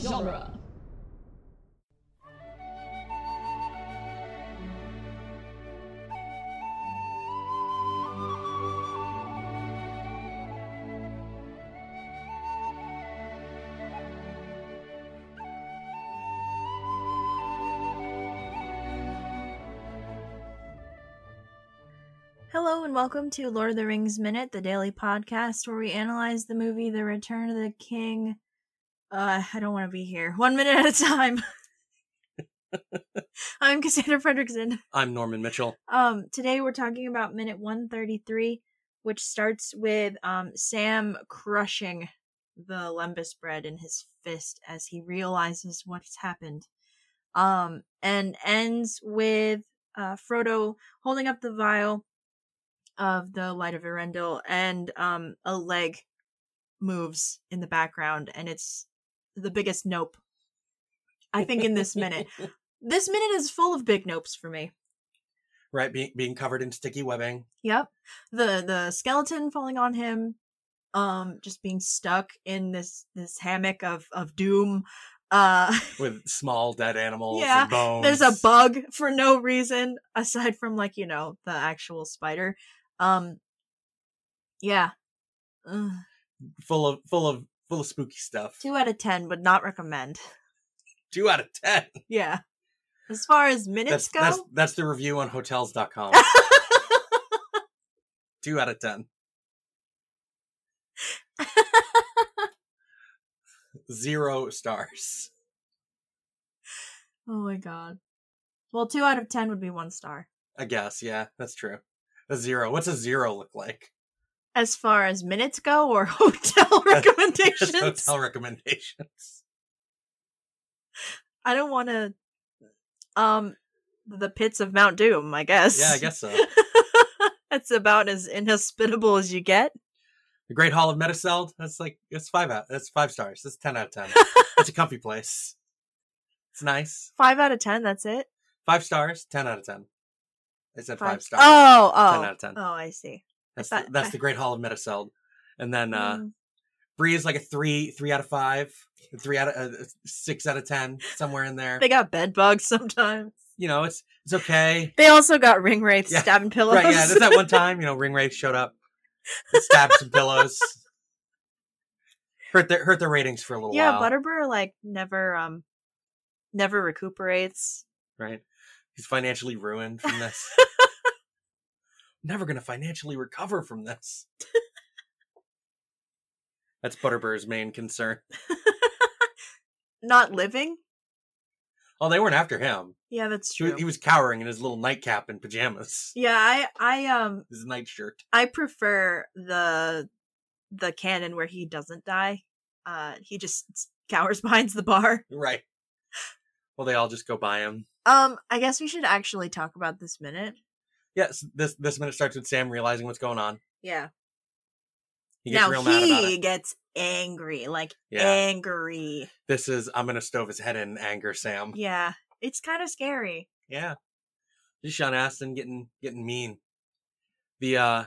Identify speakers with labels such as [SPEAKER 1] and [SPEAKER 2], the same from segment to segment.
[SPEAKER 1] genre.
[SPEAKER 2] Hello and welcome to Lord of the Rings Minute, the daily podcast where we analyze the movie The Return of the King. Uh, I don't want to be here. One minute at a time. I'm Cassandra Fredrickson.
[SPEAKER 3] I'm Norman Mitchell.
[SPEAKER 2] Um, today we're talking about minute 133, which starts with um, Sam crushing the lembas bread in his fist as he realizes what's happened. Um, and ends with uh, Frodo holding up the vial of the light of Erendil, and um, a leg moves in the background, and it's the biggest nope. I think in this minute, this minute is full of big nopes for me.
[SPEAKER 3] right, being being covered in sticky webbing.
[SPEAKER 2] Yep. The the skeleton falling on him, um, just being stuck in this this hammock of of doom. Uh,
[SPEAKER 3] with small dead animals
[SPEAKER 2] Yeah,
[SPEAKER 3] and bones.
[SPEAKER 2] there's a bug for no reason aside from like you know the actual spider. Um, yeah. Ugh.
[SPEAKER 3] full of full of full of spooky stuff.
[SPEAKER 2] Two out of ten would not recommend.
[SPEAKER 3] Two out of ten.
[SPEAKER 2] Yeah. As far as minutes
[SPEAKER 3] That's,
[SPEAKER 2] go,
[SPEAKER 3] that's that's the review on hotels.com. Two out of ten. Zero stars.
[SPEAKER 2] oh my god. Well, two out of ten would be one star.
[SPEAKER 3] I guess, yeah, that's true. A zero. What's a zero look like?
[SPEAKER 2] As far as minutes go or hotel
[SPEAKER 3] That's-
[SPEAKER 2] recommendations,
[SPEAKER 3] Just hotel recommendations.
[SPEAKER 2] I don't want to. Um, the pits of Mount Doom, I guess.
[SPEAKER 3] Yeah, I guess so.
[SPEAKER 2] That's about as inhospitable as you get.
[SPEAKER 3] The Great Hall of Mediceld, that's like it's five out that's five stars. That's ten out of ten. That's a comfy place. It's nice.
[SPEAKER 2] Five out of ten. That's it.
[SPEAKER 3] Five stars, ten out of ten. I said five, stars.
[SPEAKER 2] Oh,
[SPEAKER 3] Ten
[SPEAKER 2] oh,
[SPEAKER 3] out of ten.
[SPEAKER 2] oh! I see.
[SPEAKER 3] that's
[SPEAKER 2] thought-
[SPEAKER 3] the, that's the Great Hall of Mediceld. And then uh
[SPEAKER 2] Mm.
[SPEAKER 3] Bree is like a three, three out of five, a three out of uh, uh, six out of ten, somewhere in there.
[SPEAKER 2] they got bed bugs sometimes.
[SPEAKER 3] You know, it's it's okay.
[SPEAKER 2] They also got ring wraiths
[SPEAKER 3] Yeah.
[SPEAKER 2] stabbing pillows.
[SPEAKER 3] Right, yeah, that's that one time, you know, Ring Wraith showed up, stabbed some pillows. Hurt their hurt their ratings for a little
[SPEAKER 2] yeah
[SPEAKER 3] while.
[SPEAKER 2] butterbur like never um never recuperates
[SPEAKER 3] right? He's financially ruined from this. Never going to financially recover from this. That's Butterbur's main concern.
[SPEAKER 2] not living
[SPEAKER 3] Oh, they weren't after him.
[SPEAKER 2] yeah that's
[SPEAKER 3] He
[SPEAKER 2] true
[SPEAKER 3] was, he was cowering in his little nightcap and pajamas,
[SPEAKER 2] yeah i i um
[SPEAKER 3] his nightshirt.
[SPEAKER 2] i prefer the the canon where he doesn't die uh he just cowers behind the bar
[SPEAKER 3] Right. Well, they all just go by him.
[SPEAKER 2] um i guess we should actually talk about this minute
[SPEAKER 3] Yes, this this minute starts with Sam realizing what's going on.
[SPEAKER 2] yeah
[SPEAKER 3] He gets
[SPEAKER 2] now
[SPEAKER 3] real mad about
[SPEAKER 2] he
[SPEAKER 3] it.
[SPEAKER 2] gets angry like
[SPEAKER 3] Yeah.
[SPEAKER 2] angry
[SPEAKER 3] This is I'm gonna stove his head in anger, Sam.
[SPEAKER 2] yeah it's kind of scary
[SPEAKER 3] Yeah. Just Sean Astin getting getting mean. The uh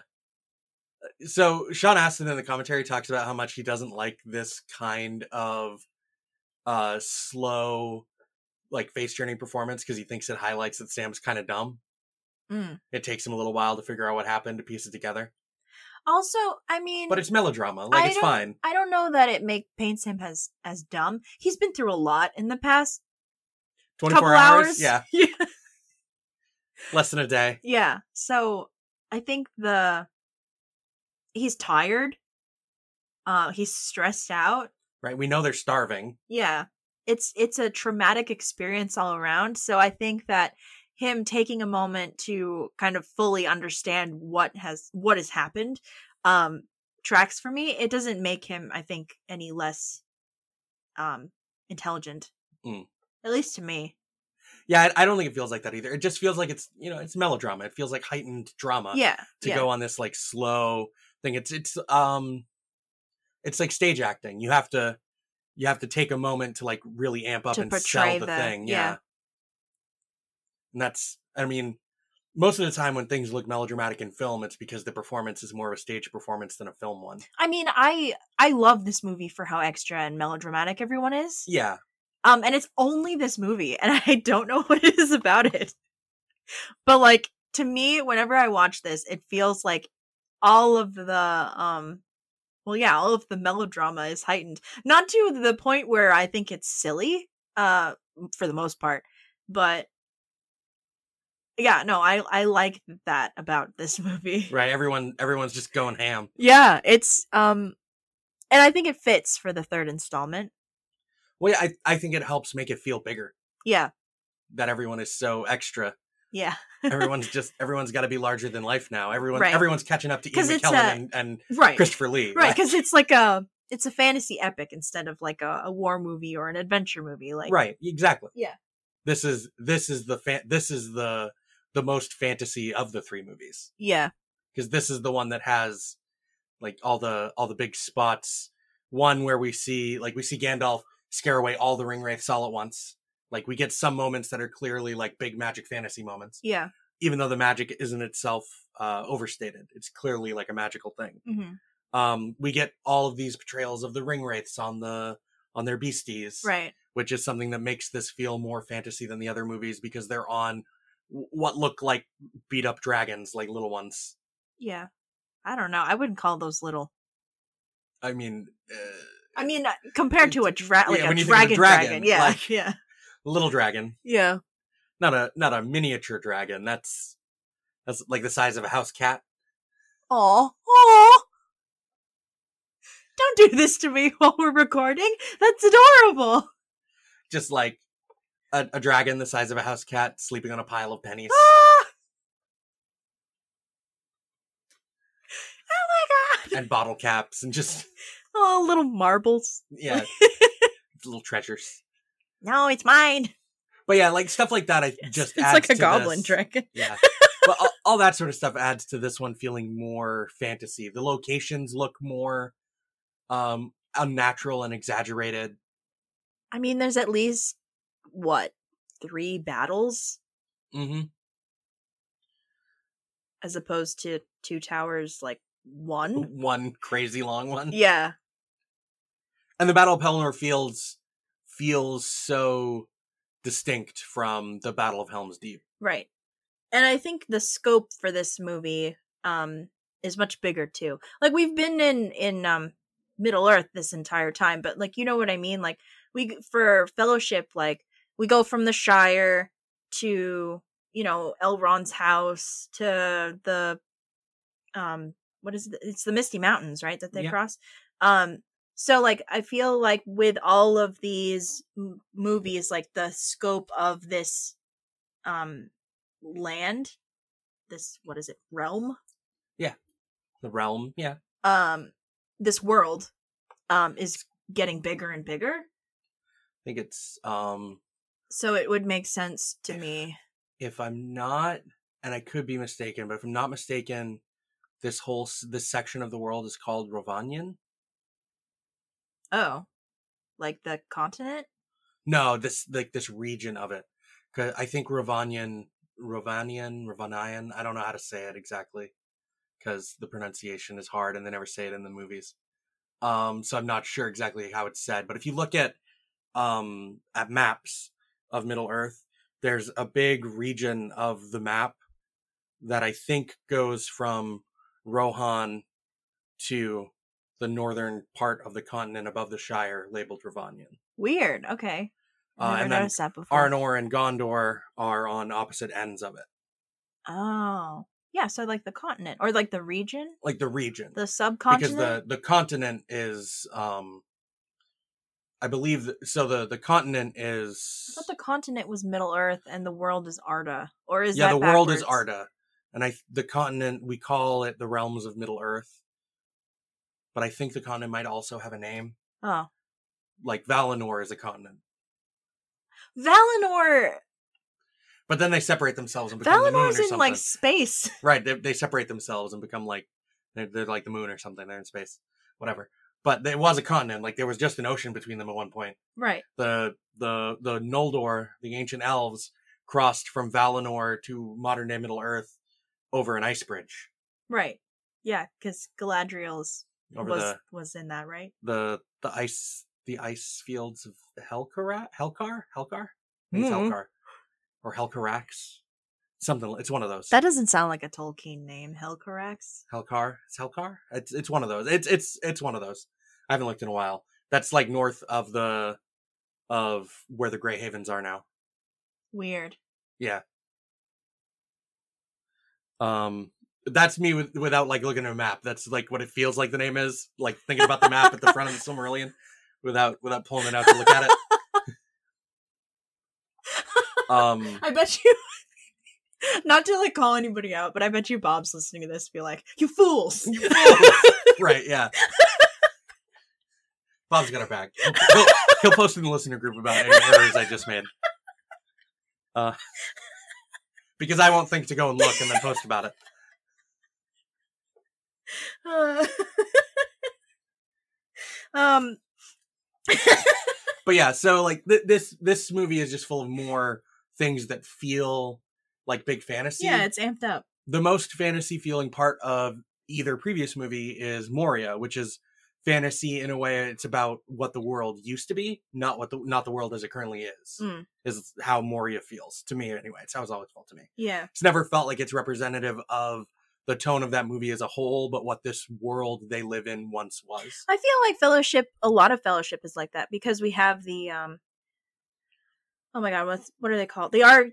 [SPEAKER 3] so Sean Astin in the commentary talks about how much he doesn't like this kind of uh slow like face journey performance because he thinks it highlights that Sam's kind of dumb.
[SPEAKER 2] Mm.
[SPEAKER 3] It takes him a little while to figure out what happened to piece it together.
[SPEAKER 2] also i mean
[SPEAKER 3] But it's melodrama. Like
[SPEAKER 2] I
[SPEAKER 3] it's
[SPEAKER 2] don't-
[SPEAKER 3] fine.
[SPEAKER 2] I don't know that it make paints him as as dumb. He's been through a lot in the past
[SPEAKER 3] 24
[SPEAKER 2] couple
[SPEAKER 3] hours?
[SPEAKER 2] hours.
[SPEAKER 3] Yeah,
[SPEAKER 2] yeah,
[SPEAKER 3] less than a day.
[SPEAKER 2] yeah. So I think the he's tired. Uh, he's stressed out.
[SPEAKER 3] Right? We know they're starving.
[SPEAKER 2] Yeah, it's it's a traumatic experience all around. So I think that him taking a moment to kind of fully understand what has what has happened um tracks for me it doesn't make him i think any less um intelligent
[SPEAKER 3] Mm.
[SPEAKER 2] at least to me
[SPEAKER 3] Yeah, I, I don't think it feels like that either. It just feels like it's, you know, it's melodrama. It feels like heightened drama.
[SPEAKER 2] yeah
[SPEAKER 3] Uh, to
[SPEAKER 2] yeah.
[SPEAKER 3] go on this like slow thing. It's it's um it's like stage acting. You have to you have to take a moment to like really amp up
[SPEAKER 2] To
[SPEAKER 3] and sell
[SPEAKER 2] portray
[SPEAKER 3] the,
[SPEAKER 2] the-
[SPEAKER 3] thing. Yeah.
[SPEAKER 2] yeah.
[SPEAKER 3] And that's I mean most of the time when things look melodramatic in film it's because the performance is more of a stage performance than a film one.
[SPEAKER 2] I mean, I I love this movie for how extra and melodramatic everyone is.
[SPEAKER 3] Yeah.
[SPEAKER 2] Um, and it's only this movie, and I don't know what it is about it. But like to me, whenever I watch this, it feels like all of the um well yeah, all of the melodrama is heightened. Not to the point where I think it's silly, uh, for the most part, but yeah, no, I I like that about this movie.
[SPEAKER 3] right? Everyone, everyone's just going ham.
[SPEAKER 2] Yeah, it's um and I think it fits for the third installment.
[SPEAKER 3] Well, yeah, I, I think it helps make it feel bigger
[SPEAKER 2] Yeah.
[SPEAKER 3] that everyone is so extra.
[SPEAKER 2] Yeah.
[SPEAKER 3] Everyone's just everyone's got to be larger than life now. Everyone,
[SPEAKER 2] Right.
[SPEAKER 3] everyone's catching up to Ian
[SPEAKER 2] 'Cause it's
[SPEAKER 3] McKellen
[SPEAKER 2] a-
[SPEAKER 3] and, and
[SPEAKER 2] Right.
[SPEAKER 3] Christopher Lee.
[SPEAKER 2] right because it's like a it's a fantasy epic instead of like a, a war movie or an adventure movie like
[SPEAKER 3] right exactly
[SPEAKER 2] Yeah.
[SPEAKER 3] this is this is the fan this is the the most fantasy of the three movies
[SPEAKER 2] yeah
[SPEAKER 3] because this is the one that has like all the all the big spots one where we see like we see gandalf scare away all the ring wraiths all at once like we get some moments that are clearly like big magic fantasy moments
[SPEAKER 2] yeah
[SPEAKER 3] even though the magic isn't itself uh overstated it's clearly like a magical thing
[SPEAKER 2] hmm
[SPEAKER 3] um we get all of these portrayals of the ring wraiths on the on their beasties
[SPEAKER 2] right
[SPEAKER 3] which is something that makes this feel more fantasy than the other movies because they're on w- what look like beat up dragons, like little ones.
[SPEAKER 2] yeah i don't know i wouldn't call those little
[SPEAKER 3] I mean, uh,
[SPEAKER 2] i mean uh, compared to a dra- like
[SPEAKER 3] Yeah,
[SPEAKER 2] a
[SPEAKER 3] when you think of
[SPEAKER 2] dragon,
[SPEAKER 3] a
[SPEAKER 2] dragon
[SPEAKER 3] dragon,
[SPEAKER 2] yeah
[SPEAKER 3] like-
[SPEAKER 2] yeah
[SPEAKER 3] little dragon,
[SPEAKER 2] yeah
[SPEAKER 3] not a not a miniature dragon. That's that's like the size of a house cat.
[SPEAKER 2] oh oh don't do this to me while we're recording that's adorable
[SPEAKER 3] Just like a, a dragon the size of a house cat sleeping on a pile of pennies.
[SPEAKER 2] ah! oh my god
[SPEAKER 3] And bottle caps and just
[SPEAKER 2] oh little marbles
[SPEAKER 3] yeah, little treasures.
[SPEAKER 2] No, it's mine.
[SPEAKER 3] But yeah, like stuff like that. I just
[SPEAKER 2] it's
[SPEAKER 3] adds
[SPEAKER 2] like
[SPEAKER 3] to
[SPEAKER 2] a goblin
[SPEAKER 3] this.
[SPEAKER 2] dragon.
[SPEAKER 3] yeah but all, all that sort of stuff adds to this one feeling more fantasy the locations look more um unnatural and exaggerated
[SPEAKER 2] I mean, there's at least what three battles
[SPEAKER 3] mm-hmm.
[SPEAKER 2] as opposed to two towers, like one.
[SPEAKER 3] one crazy long one
[SPEAKER 2] Yeah,
[SPEAKER 3] and the battle of pelennor feels feels so distinct from the battle of helms deep
[SPEAKER 2] right. And I think the scope for this movie um is much bigger too. Like we've been in in um Middle Earth this entire time, but like you know what I mean. Like we g- for Fellowship, like we go from the Shire to you know Elrond's house to the um what is it? It's the Misty Mountains, right? That they
[SPEAKER 3] Yeah.
[SPEAKER 2] cross. Um, so like I feel like with all of these m- movies, like the scope of this um land, this what is it realm?
[SPEAKER 3] the realm yeah
[SPEAKER 2] um this world um is getting bigger and bigger
[SPEAKER 3] i think it's um
[SPEAKER 2] so it would make sense to me
[SPEAKER 3] if i'm not and i could be mistaken but if i'm not mistaken this whole s- this section of the world is called rovanian
[SPEAKER 2] oh like the continent
[SPEAKER 3] No, this like this region of it. 'Cause I think Ravanian, Ravanian, Ravanian. I don't know how to say it exactly because the pronunciation is hard, and they never say it in the movies. Um, so I'm not sure exactly how it's said. But if you look at um at maps of Middle Earth, there's a big region of the map that I think goes from Rohan to the northern part of the continent above the Shire, labeled Ravanian.
[SPEAKER 2] weird okay
[SPEAKER 3] Uh,
[SPEAKER 2] i never
[SPEAKER 3] and then
[SPEAKER 2] noticed that before
[SPEAKER 3] Arnor and Gondor are on opposite ends of it,
[SPEAKER 2] oh yeah so like the continent or like the region
[SPEAKER 3] like the region,
[SPEAKER 2] the
[SPEAKER 3] because
[SPEAKER 2] subcontinent
[SPEAKER 3] the the continent is, um, I believe, th- so. The the continent
[SPEAKER 2] I
[SPEAKER 3] is,
[SPEAKER 2] thought the continent was Middle Earth and the world is Arda, or is
[SPEAKER 3] yeah,
[SPEAKER 2] that
[SPEAKER 3] the world is
[SPEAKER 2] backwards?
[SPEAKER 3] Arda, and I th- the continent we call it the realms of Middle Earth, but I think the continent might also have a name,
[SPEAKER 2] Oh,
[SPEAKER 3] like Valinor is a continent,
[SPEAKER 2] Oh. Valinor.
[SPEAKER 3] but then they separate themselves and become the moon or
[SPEAKER 2] Valinor's in
[SPEAKER 3] something.
[SPEAKER 2] like space.
[SPEAKER 3] right they, they separate themselves and become like they're, they're like the moon or something they're in space whatever but it was a continent like there was just an ocean between them at one point
[SPEAKER 2] Right.
[SPEAKER 3] the the the noldor the ancient elves crossed from valinor to modern day middle earth over an ice bridge
[SPEAKER 2] Right. Yeah, because Galadriel's
[SPEAKER 3] over
[SPEAKER 2] was
[SPEAKER 3] the
[SPEAKER 2] was in that, right?
[SPEAKER 3] the the ice the ice fields of Helkara, Helkar, Helkar, I think it's
[SPEAKER 2] Mhm.
[SPEAKER 3] Helkar, or Helkarax, something. li- It's one of those.
[SPEAKER 2] That doesn't sound like a Tolkien name, Helcarax.
[SPEAKER 3] Helkar, it's Helkar. It's it's one of those. It's it's it's one of those. I haven't looked in a while. That's like north of the of where the Grey Havens are now.
[SPEAKER 2] Weird.
[SPEAKER 3] Um, that's me with, without like looking at a map. That's like what it feels like the name is. Like thinking about the map at the front of the Silmarillion, without without pulling it out to look at it. Um,
[SPEAKER 2] I bet you. Not to like call anybody out, but I bet you Bob's listening to this and be like, "You fools!"
[SPEAKER 3] right? Yeah. Bob's got her back. He'll, he'll, he'll post in the listener group about any errors I just made. Uh, because I won't think to go and look and then post about it.
[SPEAKER 2] Mm. um,
[SPEAKER 3] but yeah so like th- this this movie is just full of more things that feel like big fantasy
[SPEAKER 2] yeah, it's amped up.
[SPEAKER 3] the most fantasy feeling part of either previous movie is moria which is fantasy in a way it's about what the world used to be not what the not the world as it currently is
[SPEAKER 2] Mm.
[SPEAKER 3] is how moria feels to me anyway it's how it's always felt to me
[SPEAKER 2] Yeah,
[SPEAKER 3] it's never felt like it's representative of the tone of that movie as a whole but what this world they live in once was
[SPEAKER 2] I feel like Fellowship. A lot of Fellowship is like that because we have the um. Oh my God, what's what are they called? The Arg.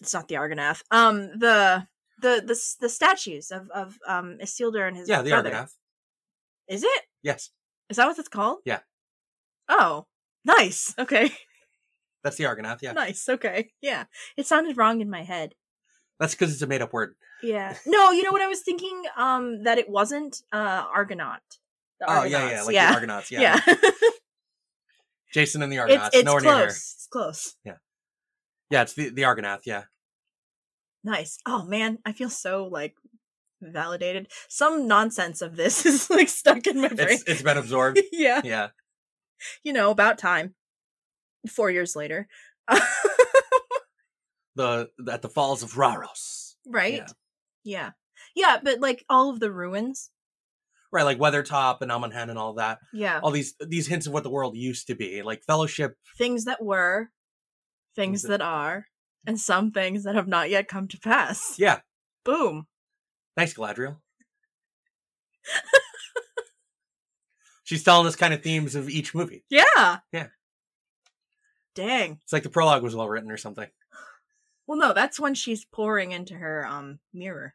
[SPEAKER 2] It's not the Argonath. Um, the the the s- the statues of of um Isildur and his
[SPEAKER 3] yeah the
[SPEAKER 2] brother.
[SPEAKER 3] argonath
[SPEAKER 2] Is it?
[SPEAKER 3] yes
[SPEAKER 2] Is that what it's called?
[SPEAKER 3] Yeah.
[SPEAKER 2] Oh, nice. Okay.
[SPEAKER 3] that's the argonath yeah
[SPEAKER 2] Nice. Okay. Yeah. It sounded wrong in my head.
[SPEAKER 3] that's because it's a made-up word
[SPEAKER 2] Yeah. No, you know what I was thinking? Um, that it wasn't uh Argonaut. The
[SPEAKER 3] Oh yeah, yeah,
[SPEAKER 2] Argonauts.
[SPEAKER 3] like the Argonauts. Yeah,
[SPEAKER 2] yeah.
[SPEAKER 3] Jason and the Argonauts.
[SPEAKER 2] it's it's
[SPEAKER 3] nowhere
[SPEAKER 2] close.
[SPEAKER 3] near her.
[SPEAKER 2] It's close.
[SPEAKER 3] Yeah, it's the the Argonaut. Yeah,
[SPEAKER 2] Nice. Oh man, I feel so like validated. Some nonsense of this is like stuck in my brain.
[SPEAKER 3] it's it's been absorbed.
[SPEAKER 2] yeah.
[SPEAKER 3] Yeah,
[SPEAKER 2] You know, about time. Four years later.
[SPEAKER 3] the at the falls of Raros.
[SPEAKER 2] right?
[SPEAKER 3] Yeah.
[SPEAKER 2] yeah. Yeah, but like all of the ruins.
[SPEAKER 3] Right, like Weathertop and Amunhan and all that.
[SPEAKER 2] Yeah.
[SPEAKER 3] All these these hints of what the world used to be, like Fellowship.
[SPEAKER 2] things that were, things
[SPEAKER 3] Things that-
[SPEAKER 2] that are, and some things that have not yet come to pass.
[SPEAKER 3] Yeah,
[SPEAKER 2] Boom.
[SPEAKER 3] nice Galadriel. She's telling us kind of themes of each movie.
[SPEAKER 2] Yeah.
[SPEAKER 3] Yeah.
[SPEAKER 2] Dang.
[SPEAKER 3] It's like the prologue was well written or something.
[SPEAKER 2] Well, no, that's when she's pouring into her um mirror.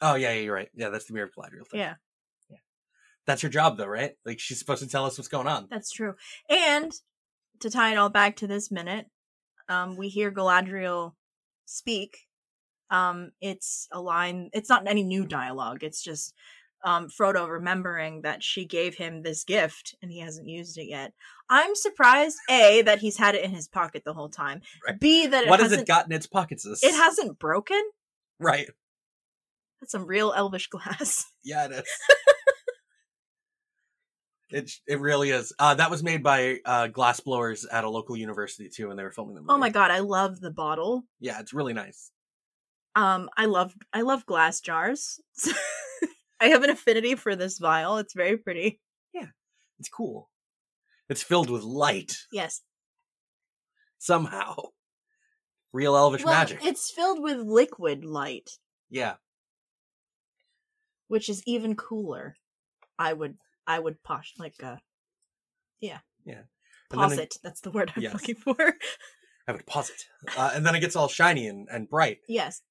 [SPEAKER 3] Oh yeah, yeah, you're right. Yeah, that's the Mirror of Galadriel thing.
[SPEAKER 2] Yeah.
[SPEAKER 3] yeah. That's her job though, right? Like she's supposed to tell us what's going on.
[SPEAKER 2] That's true. And to tie it all back to this minute, um, we hear Galadriel speak. Um, it's a line. It's not any new dialogue. It's just um, Frodo remembering that she gave him this gift and he hasn't used it yet. I'm surprised a that he's had it in his pocket the whole time.
[SPEAKER 3] Right.
[SPEAKER 2] B that it
[SPEAKER 3] What has
[SPEAKER 2] hasn't
[SPEAKER 3] it got in its pockets? This
[SPEAKER 2] it hasn't broken.
[SPEAKER 3] right.
[SPEAKER 2] That's some real elvish glass.
[SPEAKER 3] Yeah, it is. it it really is. Uh, that was made by uh, glass blowers at a local university too, and they were filming the movie.
[SPEAKER 2] Oh my god, I love the bottle.
[SPEAKER 3] Yeah, it's really nice.
[SPEAKER 2] Um, I love I love glass jars. I have an affinity for this vial. It's very pretty.
[SPEAKER 3] It's cool. It's filled with light
[SPEAKER 2] Yes,
[SPEAKER 3] somehow. Real elvish
[SPEAKER 2] well,
[SPEAKER 3] magic.
[SPEAKER 2] it's filled with liquid light,
[SPEAKER 3] yeah,
[SPEAKER 2] which is even cooler. I would I would posh like uh yeah
[SPEAKER 3] Yeah. And then
[SPEAKER 2] posit. That's the word I'm
[SPEAKER 3] Yes.
[SPEAKER 2] looking for.
[SPEAKER 3] I would pause it, uh, and then it gets all shiny and, and bright,
[SPEAKER 2] yes.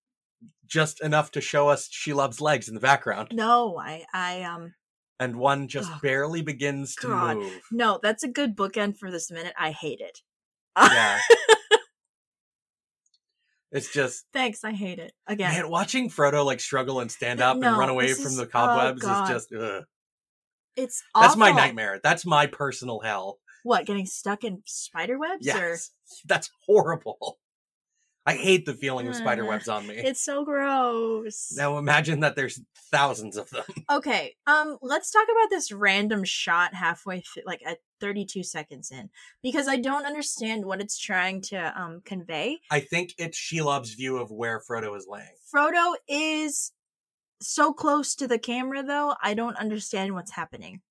[SPEAKER 3] just enough to show us she loves legs in the background,
[SPEAKER 2] No, I I um
[SPEAKER 3] and one just
[SPEAKER 2] Oh,
[SPEAKER 3] barely begins to
[SPEAKER 2] God.
[SPEAKER 3] move.
[SPEAKER 2] no. That's a good bookend for this minute. I hate it.
[SPEAKER 3] Yeah, it's just
[SPEAKER 2] Thanks. I hate it again.
[SPEAKER 3] Man, watching Frodo like struggle and stand up
[SPEAKER 2] No,
[SPEAKER 3] and run away
[SPEAKER 2] this
[SPEAKER 3] from
[SPEAKER 2] is-
[SPEAKER 3] the
[SPEAKER 2] oh,
[SPEAKER 3] cobwebs
[SPEAKER 2] God.
[SPEAKER 3] is just ugh.
[SPEAKER 2] It's awful.
[SPEAKER 3] that's my nightmare. That's my personal hell.
[SPEAKER 2] What getting stuck in spider webs? Or...
[SPEAKER 3] Yes, that's horrible. I hate the feeling of spider
[SPEAKER 2] Uh,
[SPEAKER 3] webs on me.
[SPEAKER 2] It's so gross.
[SPEAKER 3] Now imagine that there's thousands of them.
[SPEAKER 2] Okay. Um let's talk about this random shot halfway th- like at 32 seconds in because I don't understand what it's trying to um convey.
[SPEAKER 3] I think it's Shelob's view of where Frodo is laying.
[SPEAKER 2] Frodo is so close to the camera though. I don't understand what's happening.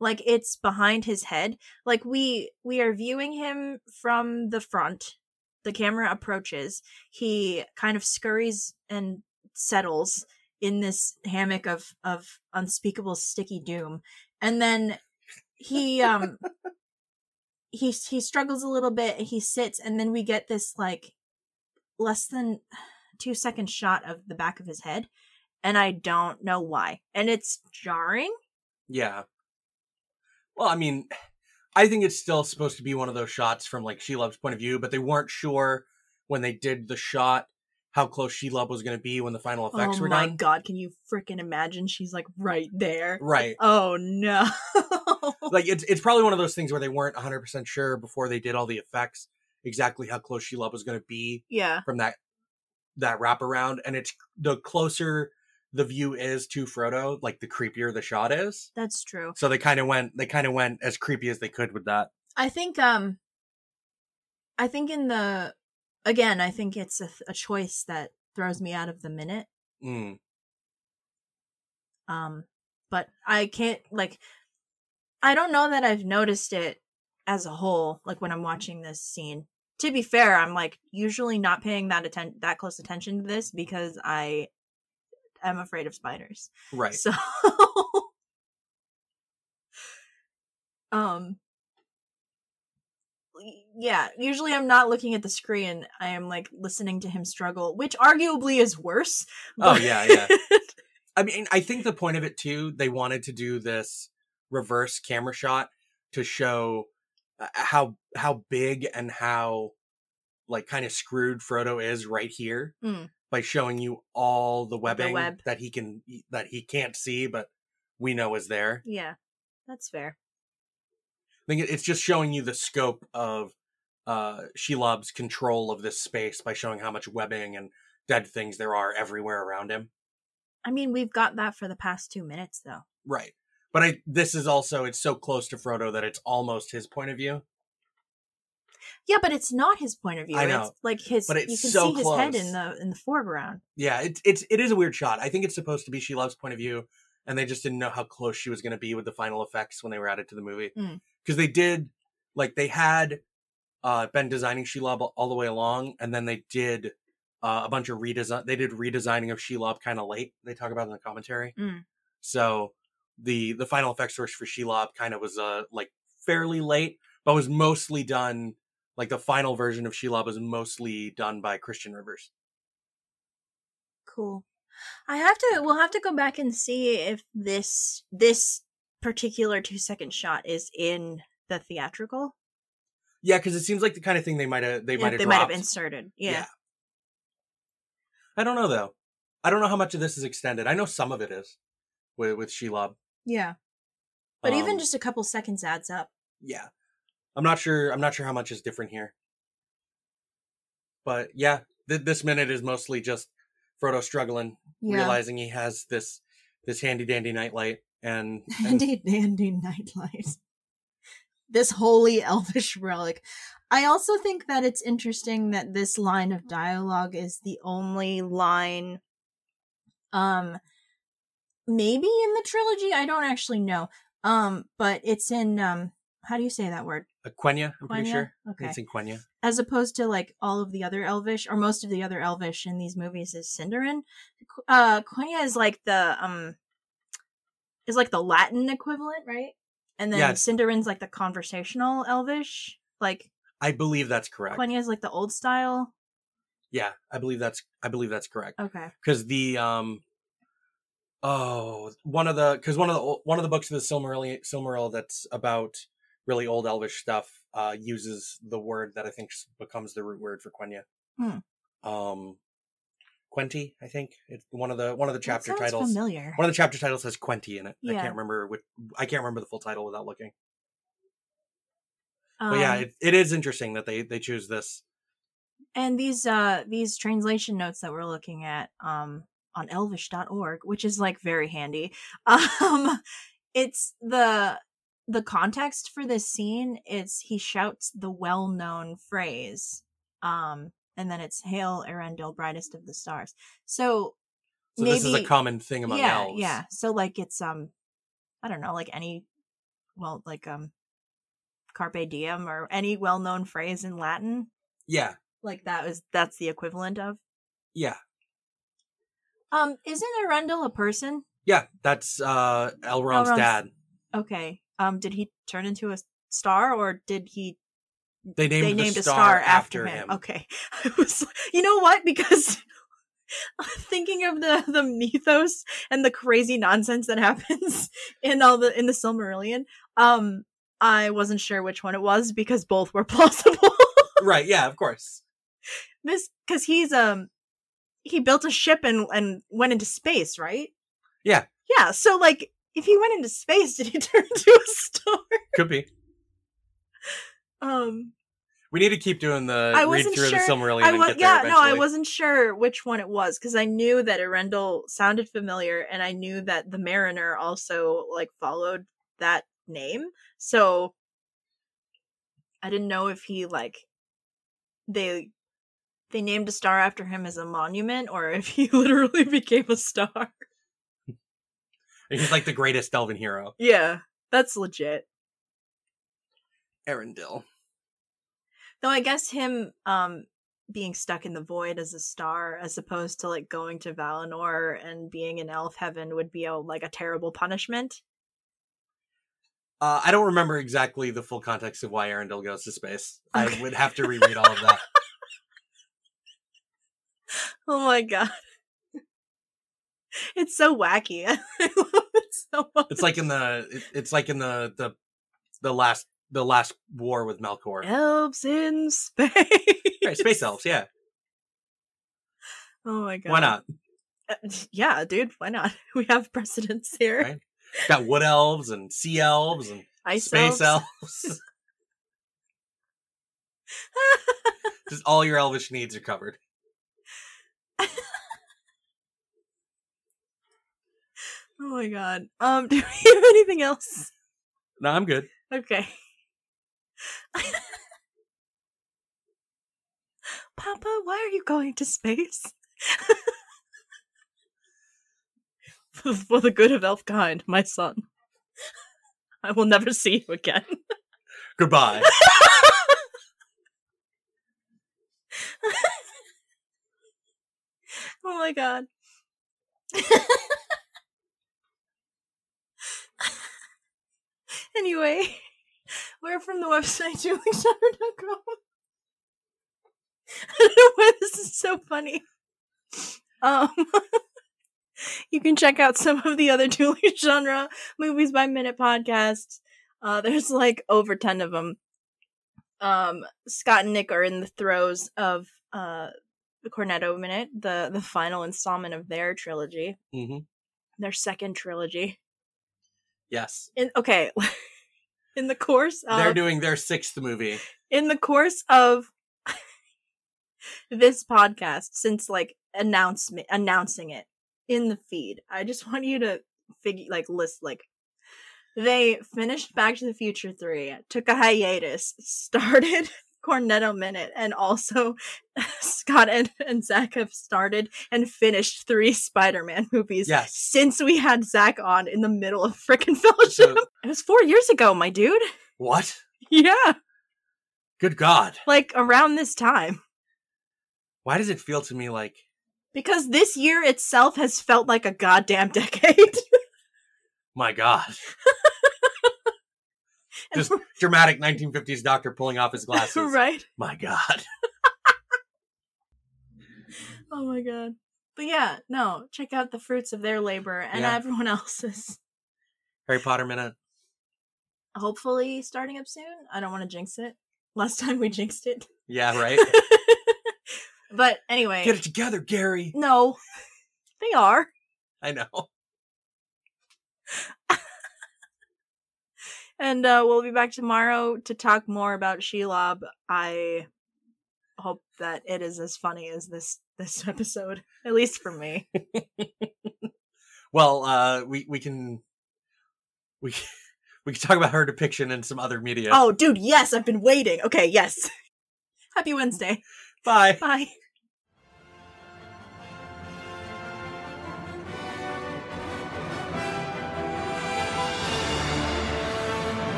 [SPEAKER 2] like it's behind his head like we we are viewing him from the front the camera approaches he kind of scurries and settles in this hammock of of unspeakable sticky doom and then he um he he struggles a little bit he sits and then we get this like less than 2 second shot of the back of his head and i don't know why and it's jarring
[SPEAKER 3] Yeah. Well, I mean, I think it's still supposed to be one of those shots from like She Love's point of view, but they weren't sure when they did the shot how close She Love was going to be when the final effects
[SPEAKER 2] oh
[SPEAKER 3] were
[SPEAKER 2] my
[SPEAKER 3] done.
[SPEAKER 2] god can you freaking imagine she's like right there
[SPEAKER 3] Right.
[SPEAKER 2] oh no
[SPEAKER 3] Like it's it's probably one of those things where they weren't 100% sure before they did all the effects exactly how close She Love was going to be
[SPEAKER 2] yeah
[SPEAKER 3] from that that wraparound and it's the closer the view is to Frodo, like the creepier the shot is.
[SPEAKER 2] that's true
[SPEAKER 3] So they kind of went they kind of went as creepy as they could with that.
[SPEAKER 2] I think um I think in the again I think it's a, a choice that throws me out of the minute
[SPEAKER 3] Mm.
[SPEAKER 2] um but I can't like I don't know that I've noticed it as a whole like when I'm
[SPEAKER 3] Mm-hmm.
[SPEAKER 2] watching this scene to be fair I'm like usually not paying that atten- that close attention to this because I am afraid of spiders
[SPEAKER 3] Right.
[SPEAKER 2] so um yeah, usually I'm not looking at the screen. I am like listening to him struggle, which arguably is worse.
[SPEAKER 3] Oh
[SPEAKER 2] but-
[SPEAKER 3] yeah, yeah. I mean, I think the point of it too, they wanted to do this reverse camera shot to show uh, how how big and how like kind of screwed Frodo is right here
[SPEAKER 2] Mm.
[SPEAKER 3] by showing you all the webbing
[SPEAKER 2] web.
[SPEAKER 3] that he can that he can't see, but we know is there.
[SPEAKER 2] yeah, that's fair.
[SPEAKER 3] I think it- it's just showing you the scope of uh Shelob's control of this space by showing how much webbing and dead things there are everywhere around him.
[SPEAKER 2] I mean, we've got that for the past two minutes, though.
[SPEAKER 3] Right. But I this is also it's so close to Frodo that it's almost his point of view.
[SPEAKER 2] Yeah, but it's not his point of view.
[SPEAKER 3] I know,
[SPEAKER 2] It's like his.
[SPEAKER 3] but it's
[SPEAKER 2] you can
[SPEAKER 3] so
[SPEAKER 2] see his head
[SPEAKER 3] close.
[SPEAKER 2] in the in the foreground.
[SPEAKER 3] Yeah, it's it's it is a weird shot. I think it's supposed to be She Love's point of view, and they just didn't know how close she was going to be with the final effects when they were added to the movie
[SPEAKER 2] Mm.
[SPEAKER 3] because they did like they had uh, been designing She Love all the way along, and then they did uh, a bunch of redesign. They did redesigning of She Love kind of late. They talk about it in the commentary.
[SPEAKER 2] Mm.
[SPEAKER 3] So the the final effects source for She Love kind of was uh like fairly late, but was mostly done. Like the final version of She Love was mostly done by Christian Rivers.
[SPEAKER 2] Cool. I have to. We'll have to go back and see if this this particular two second shot is in the theatrical.
[SPEAKER 3] Yeah, because it seems like the kind of thing they might have they
[SPEAKER 2] If
[SPEAKER 3] might have
[SPEAKER 2] they might have inserted. yeah.
[SPEAKER 3] I don't know though. I don't know how much of this is extended. I know some of it is with with Shelob.
[SPEAKER 2] Yeah. But even
[SPEAKER 3] Um,
[SPEAKER 2] just a couple seconds adds up.
[SPEAKER 3] yeah, I'm not sure. I'm not sure how much is different here. But yeah, th- this minute is mostly just Frodo struggling, realizing he has this this handy dandy nightlight and, and
[SPEAKER 2] Handy dandy nightlight. This holy elvish relic. I also think that it's interesting that this line of dialogue is the only line um maybe in the trilogy, I don't actually know. Um, but it's in um how do you say that word?
[SPEAKER 3] uh, Quenya. I'm pretty
[SPEAKER 2] Quenya?
[SPEAKER 3] sure
[SPEAKER 2] Okay.
[SPEAKER 3] it's in Quenya.
[SPEAKER 2] as opposed to like all of the other elvish or most of the other elvish in these movies is Cinderin. Qu- Uh Quenya is like the um is like the Latin equivalent, right? And then
[SPEAKER 3] Yeah, it's-
[SPEAKER 2] Cinderin's like the conversational elvish. Like
[SPEAKER 3] I believe that's correct.
[SPEAKER 2] Quenya is like the old style.
[SPEAKER 3] Yeah, I believe that's I believe that's correct.
[SPEAKER 2] Okay.
[SPEAKER 3] because the um oh one of the because one of the ol- one of the books of the Silmarillion Silmaril that's about really old Elvish stuff uh uses the word that I think s- becomes the root word for Quenya.
[SPEAKER 2] Hmm.
[SPEAKER 3] Um, Quenti, I think it's one of the one of the chapter
[SPEAKER 2] that sounds
[SPEAKER 3] titles.
[SPEAKER 2] familiar.
[SPEAKER 3] One of the chapter titles has Quenti in it. I
[SPEAKER 2] Yeah.
[SPEAKER 3] can't remember which. I can't remember the full title without looking.
[SPEAKER 2] Um,
[SPEAKER 3] But yeah, it, it is interesting that they they choose this.
[SPEAKER 2] and these uh these translation notes that we're looking at um on elvish.org which is like very handy um it's the the context for this scene is he shouts the well-known phrase um and then it's hail erendil brightest of the stars so
[SPEAKER 3] So this is a
[SPEAKER 2] Maybe-
[SPEAKER 3] common thing among
[SPEAKER 2] yeah
[SPEAKER 3] elves.
[SPEAKER 2] yeah so like it's um i don't know like any well, like um, carpe diem or any well-known phrase in Latin.
[SPEAKER 3] Yeah,
[SPEAKER 2] Like that was that's the equivalent of.
[SPEAKER 3] yeah,
[SPEAKER 2] Um, isn't Arundel a person?
[SPEAKER 3] yeah. That's uh, Elrond's
[SPEAKER 2] Elrond's-
[SPEAKER 3] dad.
[SPEAKER 2] Okay. Um, did he turn into a star or did he?
[SPEAKER 3] They named,
[SPEAKER 2] they
[SPEAKER 3] the
[SPEAKER 2] named
[SPEAKER 3] star
[SPEAKER 2] a star
[SPEAKER 3] after, him.
[SPEAKER 2] Okay. I was, you know what? Because thinking of the the mythos and the crazy nonsense that happens in all the in the Silmarillion, um, I wasn't sure which one it was because both were plausible.
[SPEAKER 3] Right? Yeah, of course.
[SPEAKER 2] Miss, because he's um, he built a ship and and went into space, right?
[SPEAKER 3] Yeah.
[SPEAKER 2] Yeah. So like, if he went into space, did he turn into a star?
[SPEAKER 3] Could be.
[SPEAKER 2] Um.
[SPEAKER 3] We need to keep doing the
[SPEAKER 2] I
[SPEAKER 3] read
[SPEAKER 2] wasn't
[SPEAKER 3] through
[SPEAKER 2] sure-
[SPEAKER 3] the Silmarillion
[SPEAKER 2] I
[SPEAKER 3] and
[SPEAKER 2] wa-
[SPEAKER 3] get there
[SPEAKER 2] yeah, no, I
[SPEAKER 3] eventually.
[SPEAKER 2] wasn't sure which one it was because I knew that Arendelle sounded familiar, and I knew that the Mariner also like followed that name, so I didn't know if he like they they named a star after him as a monument or if he literally became a star.
[SPEAKER 3] He's like the greatest Elven hero,
[SPEAKER 2] Yeah, that's legit.
[SPEAKER 3] Arendelle.
[SPEAKER 2] Though I guess him um being stuck in the void as a star as opposed to like going to Valinor and being in elf heaven would be a, like a terrible punishment.
[SPEAKER 3] Uh, I don't remember exactly the full context of why Arendelle goes to space.
[SPEAKER 2] Okay.
[SPEAKER 3] I would have to reread all of that.
[SPEAKER 2] Oh my god. It's so wacky. I love it so much.
[SPEAKER 3] It's like in the it- it's like in the the the last the last war with Melkor.
[SPEAKER 2] Elves in space.
[SPEAKER 3] Right, space elves, yeah.
[SPEAKER 2] Oh my god.
[SPEAKER 3] Why not?
[SPEAKER 2] Uh, yeah, dude, why not? We have precedents here.
[SPEAKER 3] Right. Got wood elves and sea elves and
[SPEAKER 2] Ice
[SPEAKER 3] space
[SPEAKER 2] elves.
[SPEAKER 3] elves. Just all your elvish needs are covered.
[SPEAKER 2] Oh my god. Um do we have anything else?
[SPEAKER 3] No, I'm good.
[SPEAKER 2] Okay. Papa, why are you going to space? for, for the good of Elfkind, my son. I will never see you again.
[SPEAKER 3] Goodbye.
[SPEAKER 2] Oh my god. anyway, we're from the website duelinggenre.com. I don't know why this is so funny. Um, you can check out some of the other dueling genre movies by minute podcasts. Uh, there's like over ten of them. Um, Scott and Nick are in the throes of uh the Cornetto Minute, the the final installment of their trilogy,
[SPEAKER 3] hmm
[SPEAKER 2] their second trilogy.
[SPEAKER 3] Yes.
[SPEAKER 2] In okay, in the course of
[SPEAKER 3] They're doing their sixth movie.
[SPEAKER 2] in the course of this podcast since like announcement announcing it in the feed i just want you to figure like list like they finished back to the future 3 took a hiatus started cornetto minute and also scott and, and zach have started and finished three spider-man movies
[SPEAKER 3] Yes.
[SPEAKER 2] since we had zach on in the middle of frickin' fellowship
[SPEAKER 3] So
[SPEAKER 2] it was four years ago my dude
[SPEAKER 3] what?
[SPEAKER 2] yeah
[SPEAKER 3] Good God.
[SPEAKER 2] like around this time
[SPEAKER 3] Why does it feel to me like
[SPEAKER 2] because this year itself has felt like a goddamn decade
[SPEAKER 3] my God?
[SPEAKER 2] And
[SPEAKER 3] Just dramatic 1950s doctor pulling off his glasses.
[SPEAKER 2] we're- right
[SPEAKER 3] My God.
[SPEAKER 2] oh my god but yeah no check out the fruits of their labor and
[SPEAKER 3] Yeah.
[SPEAKER 2] everyone else's
[SPEAKER 3] Harry Potter minute.
[SPEAKER 2] hopefully starting up soon i don't want to jinx it last time we jinxed it
[SPEAKER 3] Yeah, right?
[SPEAKER 2] but anyway
[SPEAKER 3] Get it together, Gary.
[SPEAKER 2] no they are
[SPEAKER 3] I know.
[SPEAKER 2] and uh, we'll be back tomorrow to talk more about shelob i hope that it is as funny as this this episode at least for me
[SPEAKER 3] Well, uh, we we can we can- we can talk about her depiction in some other media.
[SPEAKER 2] Oh, dude, yes, I've been waiting. Okay, yes. Happy Wednesday.
[SPEAKER 3] Bye.
[SPEAKER 2] Bye.